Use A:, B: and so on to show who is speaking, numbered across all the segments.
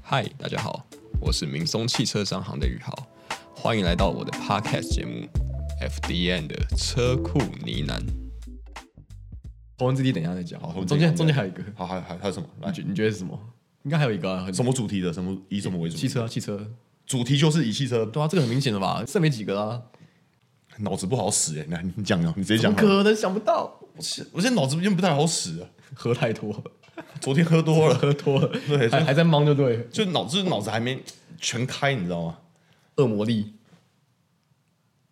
A: 嗨，大家好，我是明松汽车商行的宇豪，欢迎来到我的 Podcast 节目 FDN 的车库呢喃。头文字 D 等一下再讲，
B: 好头文字
A: 中
B: D
A: 间
B: 等
A: 中
B: 一
A: 间
B: 下
A: 还有一个，
B: 好，还还还有什么？
A: 你
B: 来，
A: 觉你觉得是什么？应该还有一个啊很
B: 什么主题的？什么以什么为主？
A: 汽车啊，汽车，
B: 主题就是以汽车。
A: 对啊，这个很明显的吧？剩没几个啦，
B: 脑子不好使哎、欸，来你讲啊，你直
A: 怎
B: 接讲
A: 么
B: 啊。
A: 可能想不到？
B: 我现我现在脑子已经不太好使了，
A: 喝太多了，
B: 昨天喝多了，
A: 喝多了，
B: 对
A: 还还在忙就对了，
B: 就脑就是脑子还没全开，你知道吗？
A: 恶魔力，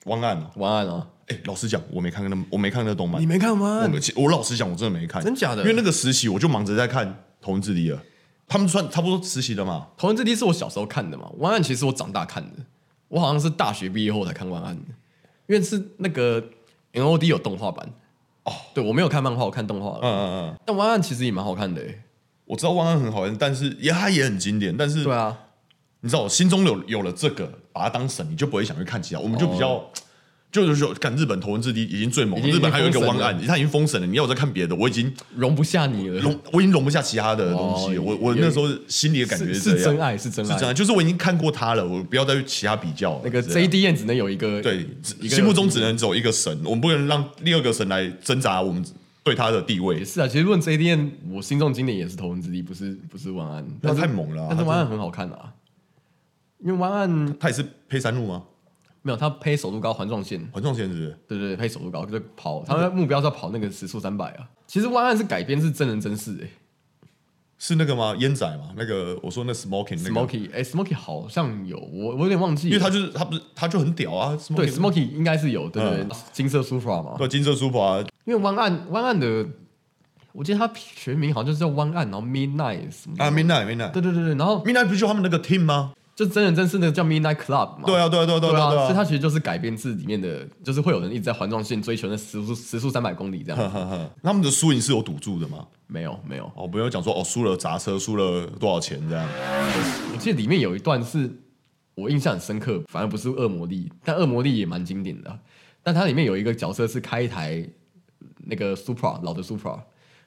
B: 汪岸哦，
A: 晚安啊！
B: 哎、老实讲，我没看那我没看那动漫，
A: 没看
B: 我
A: 完
B: 没其我老实讲，我真的没看，
A: 真假的
B: 因为那个实习我就忙着在看《头文字 D》了，他们算差不多实习了嘛，
A: 头文字 D 是我小时候看的嘛，万案其实我长大看的，我好像是大学毕业后才看万案的，因为是那个 NOD 有动画版
B: 哦，
A: 对我没有看漫画，我看动画了。
B: 嗯嗯嗯，
A: 但万案其实也蛮好看的、欸，
B: 我知道汪岸很好玩，但是也它也很经典，但是
A: 对啊，
B: 你知道我心中有有了这个，把它当神，你就不会想去看其他。我们就比较，就是说，看日本头文字 D 已经最猛
A: 哦已
B: 了，
A: 经
B: 日本还有一个
A: 已经
B: 汪
A: 封神了
B: 案，他已经封神了。你要我再看别的，我已经
A: 容不下你了，
B: 容，我已经容不下其他的东西了。
A: 哦
B: 我我
A: 有
B: 那时候心里的感觉
A: 是
B: 这
A: 是
B: 样
A: 真，爱，是真
B: 是
A: 爱。啊
B: 这样，就是我已经看过他了，我不要再去其他比较了。
A: 那个
B: 这样
A: JD 燕只能有一个，
B: 对，
A: 一
B: 只
A: 个
B: 心目中只能走一个神，我们不能让第二个神来挣扎我们对他的地
A: 也
B: 位。
A: 是啊。其实论 JD 燕，我心中经典也是头文字 D，不是不是万案，
B: 那
A: 但是
B: 太猛了啊、
A: 但是
B: 他
A: 万案很好看啊，因为万案
B: 他也是配山路吗？
A: 没有他配首度高环状线，
B: 环状线是不是？
A: 对对，对，配手速高就跑，他们目标是要跑那个时速三百啊。其实《万案》是改编是真人真事哎、
B: 是那个吗？烟仔吗？那个我说那 smoking 那个
A: Smoky 哎 Smoky 好像有，我我有点忘记了，
B: 因为他就是他不是他就很屌啊，
A: 对
B: Smoking-
A: Smoky 应该是有对
B: 嗯
A: 对对金色 Supra 嘛，
B: 对金色 Super 啊
A: 因为《万案》《万案》的，我记得它全名好像就是叫《万案》，然后 Midnight 什么的
B: 啊 Midnight Midnight
A: 对对对对，然后
B: Midnight 不是就他们那个 team 吗？
A: 就真人真事那个叫 Midnight Club 嘛，
B: 对啊对啊对啊对
A: 对
B: 啊
A: 所以
B: 对啊
A: 它其实就是改编自里面的，就是会有人一直在环状线追求那时速时速三百公里这样，
B: 呵呵呵， 他们的输赢是有赌注的吗？
A: 没有没有，
B: 哦，不用讲说哦，输了砸车，输了多少钱这样。
A: 我记得里面有一段是我印象很深刻，反而不是恶魔力，但恶魔力也蛮经典的啊。但它里面有一个角色是开一台那个 Supra 老的 Supra，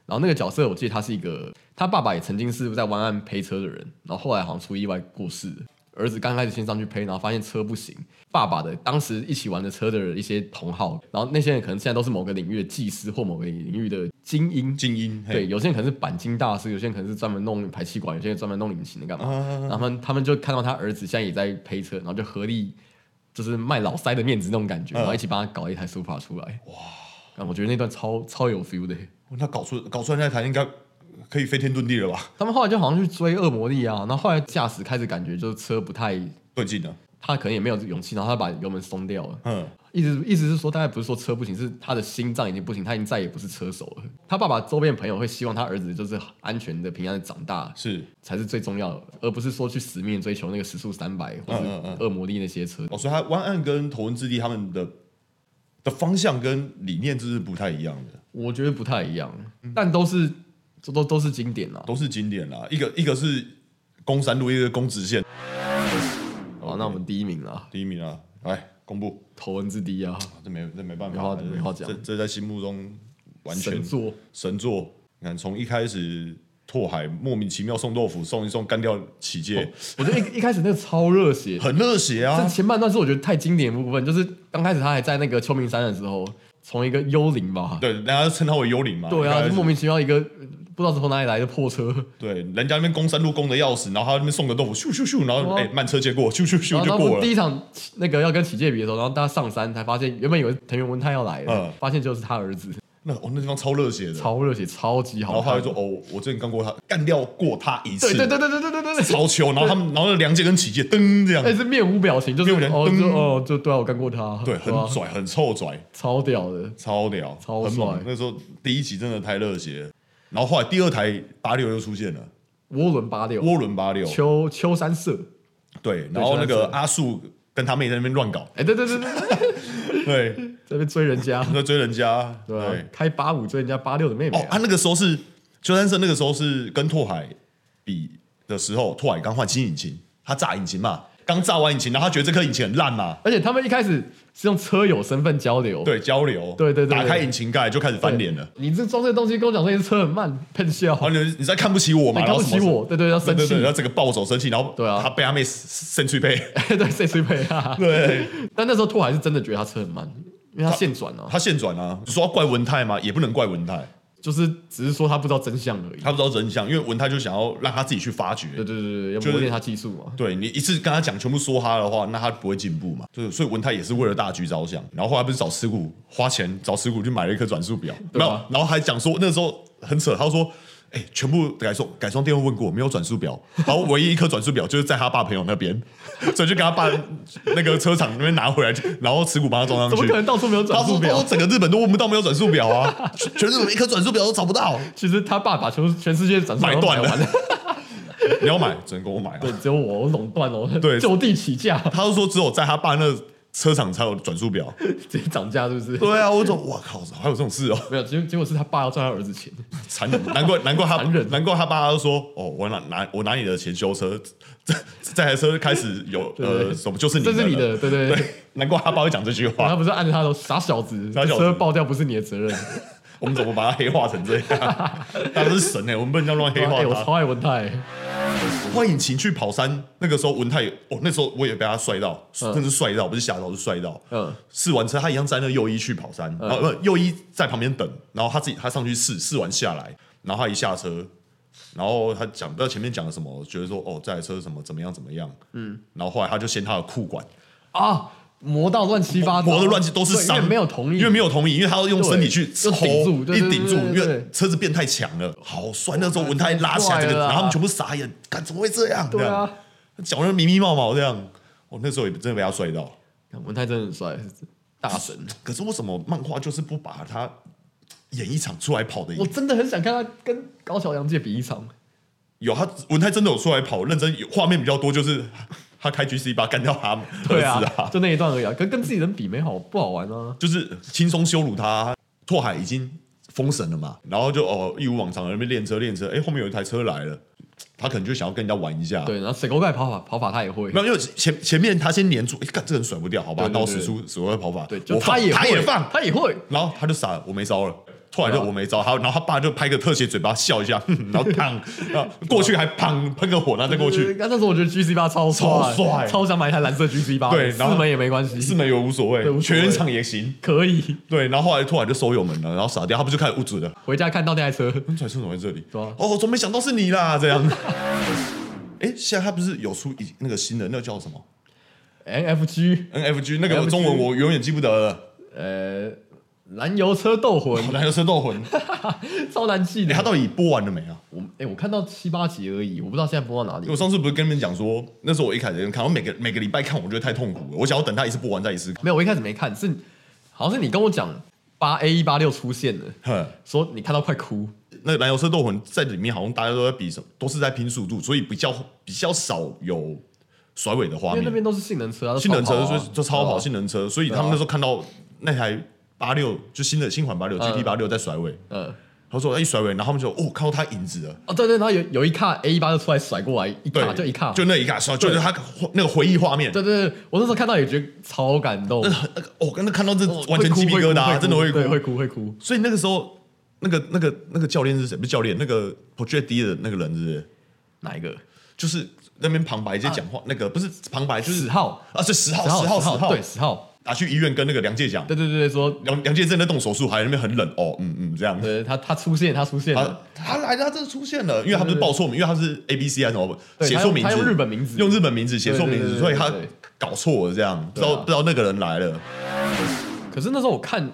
A: 然后那个角色我记得他是一个，他爸爸也曾经是在湾岸陪车的人，然后后来好像出意外过世了。儿子刚开始先上去陪，然后发现车不行，爸爸的当时一起玩的车的一些同好，然后那些人可能现在都是某个领域的技师或某个领域的精英，
B: 精英嘿
A: 对，有些人可能是钣金大师，有些人可能是专门弄排气管，有些人专门弄引擎的干嘛。
B: 啊
A: 然后他们他们就看到他儿子现在也在陪车，然后就合力就是卖老塞的面子那种感觉，
B: 嗯
A: 然后一起帮他搞一台 Supra 出来。哇！我觉得那段超超有 feel 的。
B: 哦那搞出搞出来那台应该可以飞天遁地了吧？
A: 他们后来就好像去追恶魔力啊，然后后来驾驶开始感觉就是车不太，
B: 对劲了，
A: 他可能也没有勇气，然后他把油门松掉了。
B: 嗯，
A: 意思意思是说，大概不是说车不行，是他的心脏已经不行，他已经再也不是车手了。他爸爸周边朋友会希望他儿子就是安全的、平安的长大，
B: 是
A: 才是最重要的，而不是说去死命追求那个时速三百或
B: 嗯嗯
A: 者恶魔力那些车。
B: 哦，所以他湾岸跟头文字 D 他们的的方向跟理念就是不太一样的。
A: 我觉得不太一样，但都是都都都是经典啊。
B: 都是经典啦，一个一个是攻山路，一个是攻直线。
A: 好，那我们第一名啊，
B: 第一名啊，来公布，
A: 头文字 D 啊，
B: 啊这没这没办
A: 没话
B: 法，这
A: 没话讲
B: 这这在心目中完全
A: 神作，
B: 神作。你看，从一开始拓海莫名其妙送豆腐，送一送干掉起界，
A: 我觉得一一开始那个超热 血。
B: 很热血
A: 这
B: 啊！
A: 前半段是我觉得太经典的部分，就是刚开始他还在那个秋名山的时候，从一个幽灵吧，
B: 对，人家称他为幽灵嘛。
A: 对
B: 一
A: 啊，
B: 开
A: 就
B: 始
A: 莫名其妙一个呃不知道是从哪里来的破车，
B: 对，人家那边攻山路攻的要死，然后他那边送个豆腐，咻咻咻，然后
A: 哇
B: 哎、慢车接过，咻咻
A: 然
B: 咻
A: 后他
B: 就
A: 们
B: 过
A: 第
B: 了。
A: 一场那个要跟启介比的时候，然后大家上山才发现，原本以为藤原文太要来了，
B: 嗯
A: 发现就是他儿子，
B: 那哦，那地方超热血的。
A: 超热血，超级
B: 然
A: 好
B: 后
A: 看。
B: 他就说：“哦，我之前干过他，干掉过他一次。”
A: 对对对对对对对哎对，
B: 超球，然后他们，然后那梁界跟启介噔这样，
A: 但是面无表情，就是
B: 面无表
A: 哦
B: 情
A: 就
B: 噔
A: 哦就对啊，我干过他，
B: 对，
A: 啊
B: 很拽，很臭拽，
A: 超屌的，
B: 超屌，
A: 超
B: 很
A: 帅
B: 猛。那时候第一集真的太热血了，然后后来第二台八六又出现了，
A: 涡轮八六，
B: 涡轮八六，
A: 秋秋山社，
B: 对，然后那
A: 秋山
B: 个
A: 社
B: 阿树跟他妹在那边乱搞，
A: 哎对对对对，对
B: 对，
A: 在那边追人 家，
B: 在追人家，
A: 对啊
B: 对，，
A: 开八五追人家八六的妹妹
B: 哦，
A: 啊，
B: 他那个时候是邱三生，那个时候是跟拓海比的时候，拓海刚换新引擎，他炸引擎嘛，刚炸完引擎，然后他觉得这颗引擎很烂嘛，
A: 而且他们一开始是用车友身份交流，
B: 哎对，交流，
A: 对对对对
B: 打开引擎盖就开始翻脸了。
A: 你这装这东西跟我讲说你车很慢，喷笑，
B: 然后你你在看不起我嘛？
A: 你看不起
B: 然后什么
A: 我，对对，要
B: 对
A: 生
B: 对
A: 气
B: 对，，然后整个暴走生气，然后
A: 对啊
B: 他被他妹生去配，
A: 对谁谁赔啊？
B: 对，
A: 但那时候拓还是真的觉得他车很慢，因为他现转啊，
B: 他现转啊，你说要怪文泰吗？也不能怪文泰，
A: 就是只是说他不知道真相而已。
B: 他不知道真相，因为文泰就想要让他自己去发掘。
A: 对对对对，要
B: 就是
A: 磨练他技术嘛。
B: 对你一次跟他讲全部说他的话，那他不会进步嘛？就是所以文泰也是为了大局着想，然后后来不是找石谷花钱找石谷去买了一颗转速表，
A: 对
B: 然
A: 啊
B: 后然后还讲说那时候很扯，他说。哎、全部改装改装店会问过，没有转速表，然后唯一一颗转速表就是在他爸朋友那边， 所以就跟他爸那个车厂那边拿回来，然后持股帮他装上去。
A: 怎么可能到处没有转
B: 他
A: 速
B: 说哦
A: 表？
B: 整个日本都问不到没有转速表 啊，全全日本一颗转速表都找不到，
A: 其实他爸把全全世界的转速表都
B: 买断了
A: 完 了，
B: 你要买只能跟我买、啊。
A: 对，只有我我垄断哦，
B: 对
A: 就地起价，
B: 他就说只有在他爸那车厂才有转速表。
A: 直接涨价是不是？
B: 对啊，我总哇靠，还有这种事哦，
A: 没有，结结果是他爸要赚他儿子钱，
B: 残忍，难怪难怪他
A: 残忍
B: 难怪他爸就说哦，我拿拿我拿你的钱修车，这这这台车开始 有
A: 对对
B: 呃什么就是你
A: 这是你
B: 了
A: 的，对对对。
B: 对，难怪他爸会讲这句
A: 他
B: 话，
A: 不是按着他说傻小子，
B: 傻小子
A: 车爆掉不是你的责任。
B: 我们怎么把他黑化成这 样？他是神哎，我们不能这样 乱黑化
A: 哎我
B: 他。
A: 超爱文泰，
B: 欢迎情去跑山，那个时候文泰哦，那时候我也被他帅到，
A: 嗯
B: 真是帅到，不是吓到，是帅到。
A: 嗯，
B: 试完车，他一样在那右一去跑山，然后不右一在旁边等，然后他自己他上去试，试完下来，然后他一下车，然后他讲不知道前面讲了什么，觉得说哦这台车什么怎么样怎么样，嗯，然后后来他就掀他的裤管，
A: 啊，磨到乱七八糟，
B: 磨的乱七都是
A: 对
B: 伤，
A: 因为没有同意，
B: 因为没有同意，因为他要用身体去
A: 对又顶住
B: 一
A: 对对
B: 顶住
A: 对，对
B: 因
A: 对
B: 为车子变太强了，好帅，那时候文泰拉起来
A: 太
B: 这个，
A: 帅了啊
B: 然后他们全部傻眼，干怎么会这样？
A: 对
B: 这样
A: 啊，
B: 脚那迷迷毛毛这样，我那时候也真的被他帅到。
A: 看文泰真的很帅，大神，
B: 可是为什么漫画就是不把他演一场出来跑的？
A: 我真的很想看他跟高桥良介比一 场。
B: 有他文泰真的有出来跑，认真有画面比较多，就是 他开 G C 八干掉他儿
A: 对
B: 子
A: 啊，
B: 啊，
A: 就那一段而已啊，跟跟自己人比没好不好玩啊？
B: 就是轻松羞辱他。拓海已经封神了嘛，然后就哦一如往常在那边练车练车，哎、后面有一台车来了，他可能就想要跟人家玩一 下。
A: 对，然后水沟派跑法跑法他也会
B: 没，有，因为前前面他先黏住，哎、干这个人甩不掉，好吧，
A: 对对
B: 然后
A: 对
B: 使出使出跑法，
A: 对，就
B: 我放
A: 他也
B: 他也
A: 会
B: 放，
A: 他也会，
B: 然后他就傻了，我没招了。突然就
A: 对啊
B: 我没招，他然后他爸就拍个特写嘴巴笑一下， 哼然后砰，然后过去还砰喷个火，然后再过
A: 对。对
B: 去，
A: 对那时候我觉得 G C 八超
B: 超帅
A: 超想买一台蓝色 G C 八，
B: 对
A: 四
B: 然后
A: 门也没关
B: 四
A: 系，
B: 门油无所谓
A: 对，无所谓
B: 全场也行。
A: 可以
B: 对，然后后来突然就收油门了，然后傻掉，他不就开始捂嘴了？
A: 回家看到那台车，
B: 嗯甩车怎么在这里？
A: 对啊
B: 哦，我怎么没想到是你啦？这样。 哎，现在他不是有出一那个新的，那个叫什么
A: N F G，
B: NFG？那个
A: NFG
B: 中文我永远记不得了。
A: 呃，燃油车斗魂
B: 好难有生斗魂，诶
A: 超难记的。
B: 欸他到底播完了没啊？
A: 我哎、我看到七八集而已，我不知道现在播到哪里
B: 我。上次不是跟你们讲说，那时候我一开始看，我每个每个礼拜看，我觉得太痛苦了，我想要等他一次播完再一次看。
A: 没有，我一开始没看，是好像是你跟我讲八 A 一八六出现了，
B: 哼
A: 说你看到快哭。
B: 那燃油车斗魂在里面好像大家都在比什么，都是在拼速度，所以比较比较少有甩尾的画
A: 因为那
B: 面。
A: 边都是性能车啊，都
B: 性能
A: 超
B: 车
A: 跑
B: 所
A: 啊
B: 以就超跑
A: 对啊
B: 性能车，所以他们那时候看到那台八六就新的新款八六 GT 八六在甩尾，
A: 嗯，
B: 他说哎一甩尾，然后他们就哦看到他影子了。
A: 哦对对，然后有有一卡 A 一八就出来甩过来，一卡
B: 对，
A: 啊就一卡，
B: 就那一卡刷，就是他那个回忆画面，
A: 对对对，我那时候看到也觉得超感动，
B: 那个哦，刚才看到这
A: 哦
B: 完全鸡皮疙瘩，啊真的会
A: 会哭对
B: 哭。
A: 会哭会哭，
B: 所以那个时候，那个那个那个教练是谁？不是教练，那个 Project D 的那个人是不是
A: 哪一个？
B: 就是那边旁白在讲话，那个不是旁白，就是
A: 啊十号，
B: 啊，是十号，
A: 十
B: 十
A: 号，
B: 号，十号，
A: 对，十号，
B: 打去医院跟那个梁介讲，
A: 对对对对，说
B: 梁梁介正在动手术，还在那边很冷，哦，嗯嗯，这样。
A: 对他他出现他出现
B: 他
A: 了，
B: 他来了，他真的出现了，因为他不是报错名，因为他是 A B C 还是什么
A: 对
B: 写错名字，
A: 他用他用日本名字
B: 用日本名字写错名字，
A: 对对对对
B: 所以他
A: 对对
B: 搞错了这样，不知
A: 对啊
B: 道不知道那个人来了，
A: 可是那时候我看，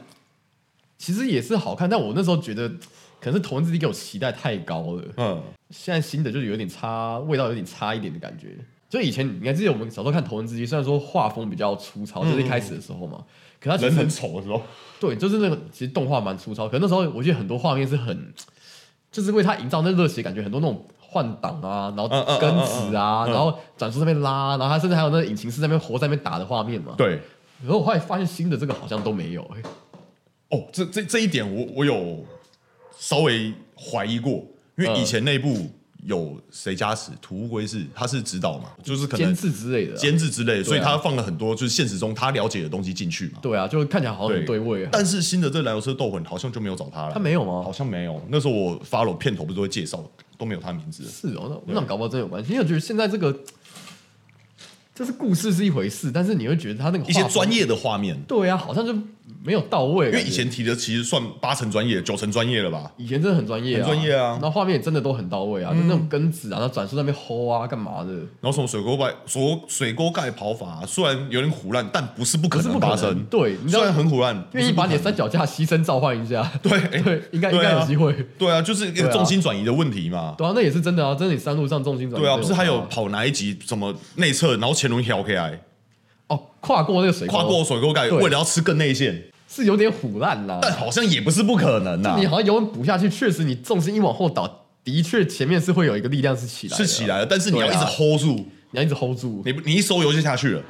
A: 其实也是好看，但我那时候觉得可能是同人自己给我期待太高了。
B: 嗯，
A: 现在新的就是有点差，味道有点差一点的感觉。就以前你还记得我们小时候看《头文字 D》，虽然说画风比较粗糙，就是一开始的时候嘛，可它其
B: 人很
A: 实
B: 丑的时候，
A: 对，就是那个其实动画蛮粗糙，可那时候我觉得很多画面是很，就是为它营造那热血感觉，很多那种换挡啊，然后
B: 嗯嗯嗯
A: 跟子啊，
B: 嗯嗯嗯
A: 然后转速在那边拉，然后它甚至还有那个引擎室在那边活在那边打的画面嘛。
B: 对，
A: 然后我后来发现新的这个好像都没有、欸
B: 哦，这这这一点我我有稍微怀疑过，因为
A: 嗯
B: 以前那部有谁加持，土乌龟是他是指导嘛，就是可能
A: 监制之类的啊，
B: 监制之类的，所以
A: 对啊
B: 他放了很多就是现实中他了解的东西进去嘛。
A: 对啊，就看起来好像很对味啊。
B: 但是新的这燃油车斗魂好像就没有找他了，
A: 他没有啊吗
B: 好像没有。那时候我 follow 片头不是会介绍，都没有他名字。
A: 是哦，那那搞不好真有关系。因为我觉得现在这个，就是故事是一回事，但是你会觉得他那个
B: 一些
A: 画风
B: 专，业的画面，
A: 对啊，好像就没有到位。
B: 因为
A: 感觉
B: 以前提的其实算八成专业、九成专业了吧？
A: 以前真的很专业、啊，
B: 很专业啊嗯
A: 那画面也真的都很到位啊，就那种根子啊，那转速在那边吼啊，干嘛的？
B: 然后什么水沟盖、水水沟盖跑法、虽然有点苦烂，但不是不可
A: 可是不
B: 能
A: 可
B: 发
A: 能，
B: 生。
A: 对，你知
B: 虽
A: 道
B: 然很苦烂，
A: 愿意把你的
B: 不是
A: 三脚架牺牲召唤一下，
B: 不可能 对
A: 对，应该、应
B: 对啊
A: 该有机会。
B: 对啊，就是一
A: 对
B: 个
A: 啊
B: 重心转移的问题嘛。
A: 对啊，那也是真的啊，真的你山路上重心转移
B: 对啊，
A: 这种
B: 不是还有
A: 啊
B: 跑哪一集什么内侧，然后前轮挑 K I
A: 哦，跨过那个水沟
B: 跨过水沟盖，
A: 对
B: 为了要吃更内线，
A: 是有点虎烂啦、
B: 但好像也不是不可能啊呐、
A: 你好像永远补下去，确实你重心一往后倒，的确前面是会有一个力量是起来的啊，
B: 是起来了，但是你要一
A: 对
B: 直
A: 啊
B: hold 住，
A: 你要一直 hold 住。
B: 你不你一收油就下去了。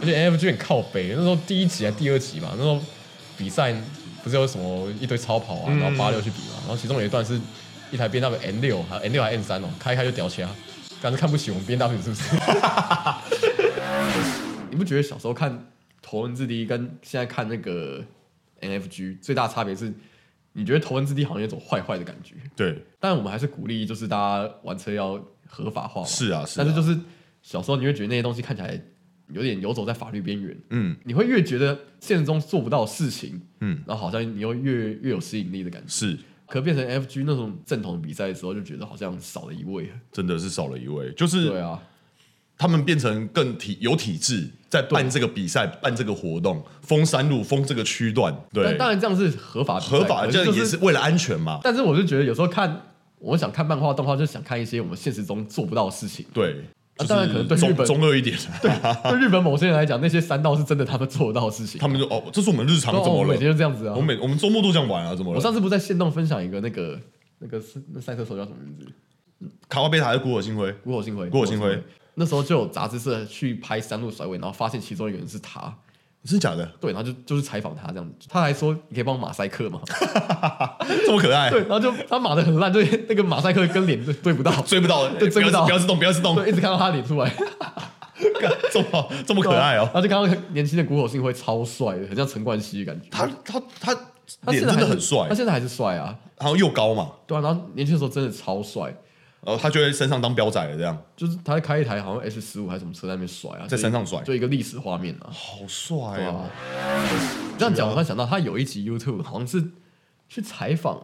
C: 而且 AFG 很靠北，那时候第一集还第二集嘛，那时候比赛不是有什么一堆超跑啊，然后八六去比嘛，然后其中有一段是一台 B W N 六，还有 N 六还 N 三哦，开一开就屌掐，感觉看不起我们 B W 是不是？
A: 你不觉得小时候看《头文字 D》跟现在看那个 NFG 最大差别是，你觉得《头文字 D》好像有种坏坏的感觉，
B: 对，
A: 但我们还是鼓励就是大家玩车要合法化嘛。
B: 是啊，是啊。
A: 但是就是小时候你会觉得那些东西看起来有点游走在法律边缘，
B: 嗯，
A: 你会越觉得现实中做不到的事情，
B: 嗯，
A: 然后好像你又越越有吸引力的感觉。
B: 是
A: 可变成 FG 那种正统比赛的时候，就觉得好像少了一位。
B: 真的是少了一位，就是
A: 对啊，
B: 他们变成更体有体制，在办这个比赛、办这个活动，封山路、封这个区段，
A: 但
B: 对，
A: 当然这样是合法比赛
B: 合法，
A: 可
B: 这
A: 是就
B: 也
A: 是
B: 是为了安全嘛。。
A: 但是我就觉得有时候看，我想看漫画动画，就想看一些我们现实中做不到的事情
B: 对，
A: 啊
B: 就是
A: 当然可能对日
B: 中
A: 本
B: 中二一点，对，
A: 对日本某些人来讲，那些山道是真的他们做得到的事情。
B: 他们就哦，这是我们日常
A: 说
B: 怎
A: 哦
B: 么
A: 我每天
B: 了？
A: 就这样子啊
B: 我。每我们周末都这样玩啊，怎么
A: 我
B: 了？
A: 上次不是在线动分享一个那个那个是那赛车手叫什么名字？
B: 卡哇贝塔还是古尔星辉？
A: 古火星辉。
B: 古火星辉。
A: 那时候就有杂志社去拍山路甩尾，然后发现其中一个人是他，
B: 真的假的？
A: 对，然后就就是采访他这样子，他还说你可以帮我马赛 克吗？
B: 这么可爱？
A: 对，然后就他码的很烂，对，那个马赛克跟脸对对不 到，
B: 追不到，
A: 对追不到
B: 要自动，不要自动，
A: 对，一直看到他脸出来，
B: 干这么好这么可爱
A: 然
B: 哦。
A: 后就看到年轻的古火星辉超帅的，很像陈冠希的感觉。
B: 他他他
A: 他
B: 脸
A: 现在
B: 真
A: 还
B: 的
A: 是
B: 很帅
A: 他，现在还是帅啊，
B: 然后又高嘛，
A: 对啊，然后年轻的时候真的超帅，
B: 然后他就会身上当标仔了，这样
A: 就是他在开一台好像 H 十五还是什么车在那边甩啊，
B: 在山上甩
A: 就一个历史画面啊，
B: 好帅
A: 对啊。。
B: 哦
A: 这样讲，我突然想到，他有一集 YouTube 好像是去采访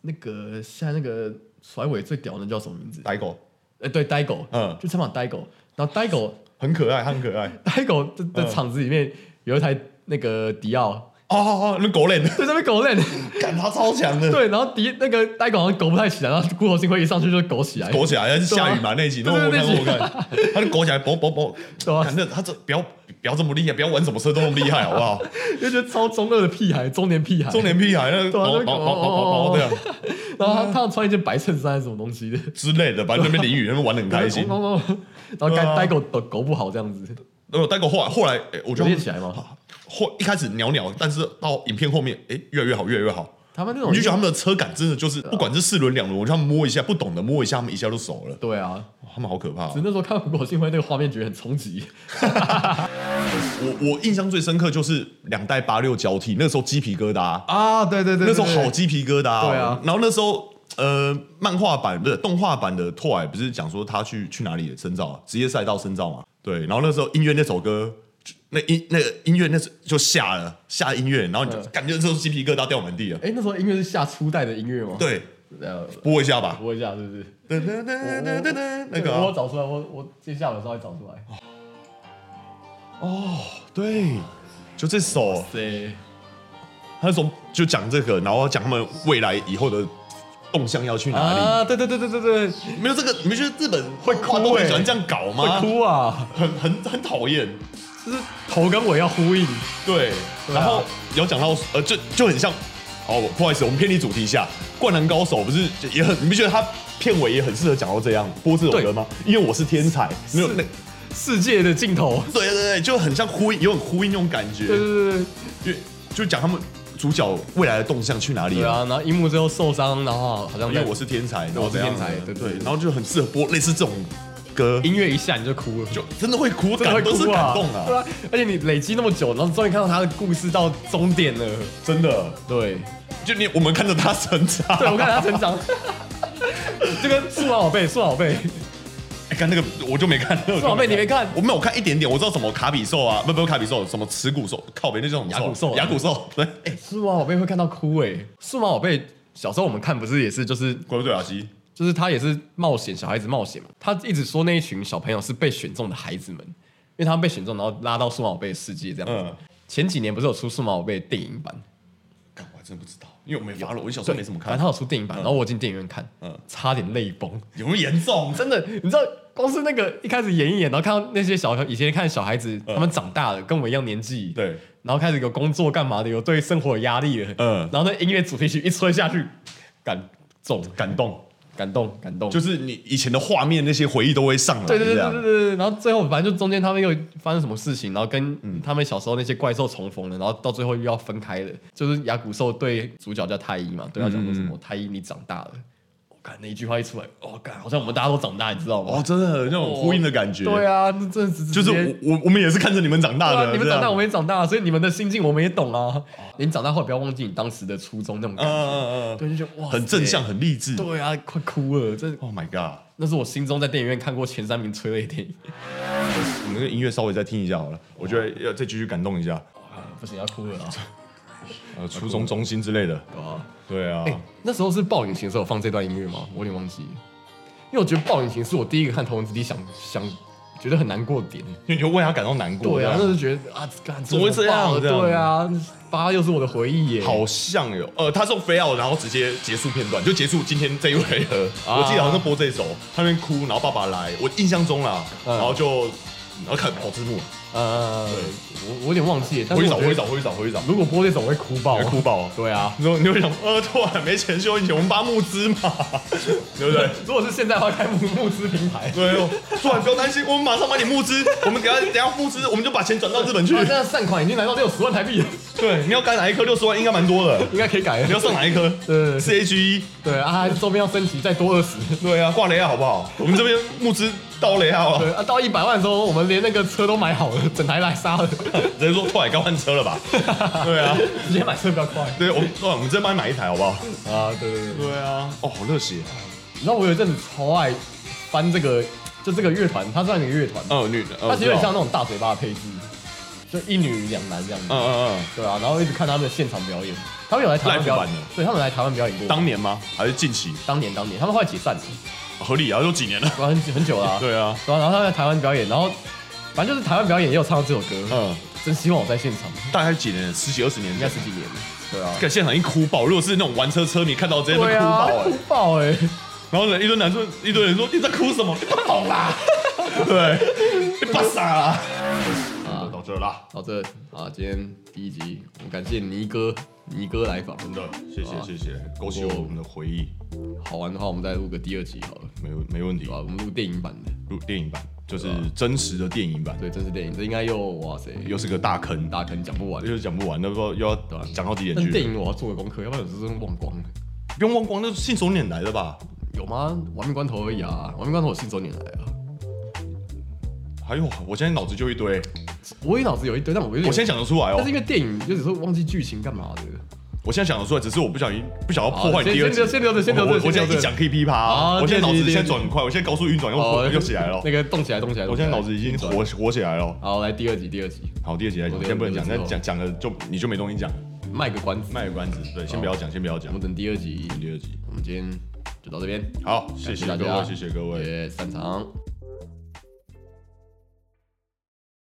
A: 那个现在那个甩尾最屌的叫什么名字？
B: 白狗
A: 哎，对，呆狗，
B: 嗯
A: 就采访呆狗，然后呆狗
B: 很可爱，他很可爱。
A: 呆狗的的
B: 嗯
A: 厂子里面有一台那个迪奥，
B: 哦哦哦，那狗脸，
A: 对，在那边狗链，
B: 干他超强的，
A: 对，然后迪那个呆狗好像狗不太起来，然后顾头幸辉一上去就狗起来，
B: 狗起来是下雨嘛那一集，那
A: 对
B: 我
A: 啊
B: 看
A: 对
B: 我看，他的狗起来，啵啵啵，
A: 对啊
B: 反正他这不要不要这么厉害，不要玩什么车都那么厉害，好不好？
A: 就觉得超中二的屁孩，中年屁孩。
B: 中年屁孩，那
A: 对啊
B: 啵啵
A: 那个
B: 啵
A: 狗
B: 啵啵啵这样
A: 然后他他穿一件白衬衫还是什么东西的，
B: 之类的，反正那边淋雨，那边玩的很开心
A: 然。后然后
B: 对
A: 该
B: 啊
A: 呆狗狗狗不好这样子，
B: 然后但狗后来后来，哎我觉
A: 有
B: 得
A: 练
B: 他
A: 起
B: 们
A: 来吗？
B: 后一开始袅袅，但是到影片后面，哎，越来越好，越来越好。
A: 他们那种
B: 你就觉得他们的车感真的就是，不管是四轮两轮，我让他们摸一下，不懂的摸一下，他们一下就熟了。
A: 对啊，
B: 哇他们好可怕哦
A: 只是那时候看到狗幸辉那个画面，觉得很冲击。
B: 我我印象最深刻就是两代八六交替，那时候鸡皮疙瘩，
A: 啊，对对对
B: 那时候好鸡皮疙瘩、哦。
A: 对啊
B: 然后那时候呃，漫画版不是动画版的拓海不是讲说他去去哪里深造，啊职业赛道深造嘛？对。然后那时候音乐那首歌，就那音那个音乐那时候就下了下音乐，然后你就
A: 嗯
B: 感觉那时候鸡皮疙瘩掉满地了。
A: 哎，那时候音乐是下初代的音乐吗？，
B: 对，
A: 呃，
B: 播一下吧。
A: 播一下是不是？
B: 噔噔噔噔噔噔，那个
A: 我有
B: 啊
A: 找出来，我我接下来的时候还找出
B: 哦
A: 来。
B: 对，就这首，
A: 对，
B: 他那时候就讲这个，然后讲他们未来以后的动向要去哪里。
A: 啊，对对对对对对，
B: 没有这个，你们觉得日本会哭都很喜欢这样搞
A: 会
B: 吗？
A: 哭啊，
B: 很很很讨厌。
A: 就是头跟尾要呼应。
B: 对，
A: 对啊
B: 然后有讲到呃，就就很像哦，不好意思，我们偏离主题一下，《灌篮高手》不是就也很，你不觉得它片尾也很适合讲到这样播这首歌吗？因为我是天才，没有那
A: 世界的尽头。
B: 对对对，就很像呼应，有很呼应那种感啊
A: 对
B: 觉，
A: 对对对，
B: 因为就讲他们主角未来的动向去哪里
A: 对
B: 了。
A: 啊，然后樱木最后受伤，然后好像
B: 因
A: 在
B: 为哎我是天才，然
A: 啊
B: 后
A: 我是
B: 怎样
A: 天才
B: 的
A: 对对
B: 对
A: 对，
B: 然后就很适合播类似这种歌，
A: 音乐一下你就哭了，
B: 就真的会哭，
A: 真的会
B: 感都是
A: 哭啊
B: 感动
A: 对
B: 啊，
A: 啊，而且你累积那么久，然后终于看到他的故事到终点了，
B: 真的。
A: 对，
B: 就你我们看着他成 长，
A: 对我看他成长，就跟数码宝贝， 数码宝贝，
B: 哎看那个我就没看，那个
A: 数码宝贝你没看
B: 我没有我看一点点，我知道什么卡比兽啊，不不是卡比兽，什么耻骨兽，靠北那叫什么
A: 牙骨兽啊
B: 牙骨兽， 对，哎
A: 数码宝贝会看到哭哎、数码宝贝小时候我们看不是也是就是
B: 怪不对阿西，
A: 就是他也是冒险，小孩子冒险嘛。他一直说那一群小朋友是被选中的孩子们，因为他们被选中，然后拉到数码宝贝的世界这样子。
B: 嗯，
A: 前几年不是有出数码宝贝电影版，
B: 干我还真不知道，因为我没发了，我小时
A: 对，
B: 候哎没怎么
A: 反
B: 看
A: 正，他有出电影版，然后我进电影院看，
B: 嗯
A: 差点泪崩，
B: 有没有 严重？
A: 真的，你知道。光是那个一开始演一演，然后看到那些小以前看小孩子，
B: 嗯
A: 他们长大了，跟我们一样年纪，，
B: 对，
A: 然后开始有工作干嘛的，有对生活有压力了，
B: 嗯
A: 然后那音乐主题曲一吹下去，感动，
B: 感动，
A: 感动，感动，
B: 就是你以前的画面那些回忆都会上来，
A: 对对对
B: 这
A: 对
B: 样
A: 对对，然后最后反正就中间他们又发生什么事情，然后
B: 嗯
A: 跟他们小时候那些怪兽重逢了，然后到最后又要分开了。就是牙骨兽对主角叫太一嘛，对他讲说
B: 嗯
A: 什么、太一你长大了，我看那一句话一出来，哦，感好像我们大家都长大，你知道吗？
B: 哦，真的那种呼应的感觉，
A: 对啊，那真的直
B: 就
A: 直
B: 是
A: 接
B: 我我我们也是看着你们长大
A: 对啊
B: 的，
A: 你们
B: 这样
A: 长大，我们也长大，所以你们的心境我们也懂啊。你长大后不要忘记你当时的初衷那种感
B: 嗯
A: 觉，
B: 嗯嗯嗯，
A: 对，就觉得哇，
B: 很正向，。很励志
A: 对啊，快哭了！这
B: ，Oh my god。
A: 那是我心中在电影院看过前三名催泪电影，
B: 我们那个音乐稍微再听一下好了，我觉得要再继续感动一下，
A: 啊不行，要哭了啊！
B: 呃，初中中心之类的，
A: 对啊
B: 对啊，
A: 哎、那时候是《暴雨行》时候有放这段音乐吗？我有点忘记了，因为我觉得《暴雨行》是我第一个看《头文字 D》想想觉得很难过的点。
B: 因为你就为他感到难过，
A: 对啊，
B: 这
A: 那
B: 样
A: 是觉得啊，干
B: 怎么会这样
A: 爆了
B: 这样
A: 对啊，八又是我的回忆耶。
B: 好像有，呃，他是用飞奥，然后直接结束片段，就结束今天这一回合。
A: 啊
B: 我记得好像是播这首，他那边哭，然后爸爸来，我印象中啦，
A: 嗯
B: 然后就然后看跑字幕，
A: 呃，我我有点忘记了，但
B: 回
A: 是
B: 去找，
A: 我觉
B: 回
A: 得
B: 去找，回去找，回去找，
A: 如果播这首我会哭爆，
B: 会哭爆
A: 对啊，
B: 你说你会想，呃，突然没钱修引擎，我们发募资嘛，对不对？
A: 如果是现在的话，开募 募资平台。
B: 对，突然不要担心，我们马上帮你募资，我们等一下等一下募资，我们就把钱转到日本去
A: 哇，。现在善款已经来到六十万台币了，
B: 对，你要干哪一科六十万应该蛮多的，
A: 应该可以改
B: 你要
A: 了。
B: 上哪一科？
A: 对
B: ，C H E。
A: 对啊，周边要升级再多二 十。
B: 对啊，挂雷亚好不好？我们这边募资到雷亚好不好
A: 对啊，到一百万的时候，我们连那个车都买好了，整台来杀了。
B: 人家说拓海刚换车 了吧？对啊，
A: 直接买车比较快
B: 对，我们对啊我们这边帮你买一台好不好？
A: 啊！对对对，
B: 对啊，哦，好热血。
A: 你知道我有一阵子超爱翻这个，就这个乐团，它算一个乐团，
B: 嗯，女的，
A: 它
B: 他
A: 其实有点像那种大嘴巴的配置，就一女两男这样子
B: 嗯，嗯嗯，
A: 对啊，然后一直看他们的现场表演，他们有来台湾
B: Live
A: 表
B: 版
A: 演
B: 的，
A: 对，他们来台湾表演过，
B: 当年吗？还是近期？
A: 当年当年，他们后来解散了，
B: 合理啊，都几年了。
A: 对啊，很很久了啊，
B: 对啊，
A: 对啊，然后他们在台湾表演，然后反正就是台湾表演也有唱到这首歌，
B: 嗯，
A: 真希望我在现场，
B: 大概几年，十几二十年
A: 应
B: 前
A: 该。十几年了，对啊。
B: 看现场一哭爆，如果是那种玩车车迷看到直接会
A: 对
B: 哭
A: 啊
B: 爆哎、，
A: 爆哎、
B: 然后人一堆男生一堆人说你在哭什么？你不懂 啦，对，你不傻啦。
A: 啊
B: 到这啦，
A: 好这啊，今天第一集，我们感谢尼哥，尼哥来访，
B: 真的，谢谢
A: 好啊
B: 谢谢，勾起我们的回忆，
A: 好玩的话，我们再录个第二集好了，
B: 没有没问题
A: 对吧、。我们录电影版的，
B: 录电影版，就是真实的电影版，
A: 对，真是电影，这应该又哇塞，
B: 又是个大坑，
A: 大家可能讲不完。
B: 就是讲不完，那不知道又要
A: 对啊
B: 讲到几
A: 但
B: 点
A: 是电
B: 去？
A: 影我要做个功课，要不然我真的忘光了。
B: 不用忘光，那是信手拈来的吧？
A: 有吗？亡命关头而已啊，亡命关头我信手拈来啊，
B: 还有，我现在脑子就一堆，
A: 我也脑子有一堆，但我有点
B: 我现在想得出来
A: 但是因
B: 哦，
A: 为电影就只是忘记剧情干嘛的
B: 我现在想得出来，只是我不小心不想要破坏你
A: 好
B: 第二
A: 先
B: 集，
A: 先留着先留着先留
B: 我
A: 着
B: 我现在一讲可以噼啪
A: 好
B: 啊，我现在脑
A: 第
B: 子
A: 二集
B: 现在转很快，我现在高速运转哦又又起来了
A: 那，个动起来，动起来，
B: 我现在脑子已经
A: 转
B: 活活起来了。
A: 好，来第二集，第二集，
B: 好，第二集来讲，
A: 我
B: 先不能讲，
A: 我
B: 那
A: 知道
B: 讲讲了就你就没东西讲，
A: 卖个关子，
B: 卖个关子，对，先不要讲，先不要
A: 我
B: 讲
A: 们，等第二集，
B: 第二集。
A: 我们今天就到这边，
B: 好，谢谢
A: 感谢
B: 各
A: 大家
B: 位，谢谢各位。
A: 也散场。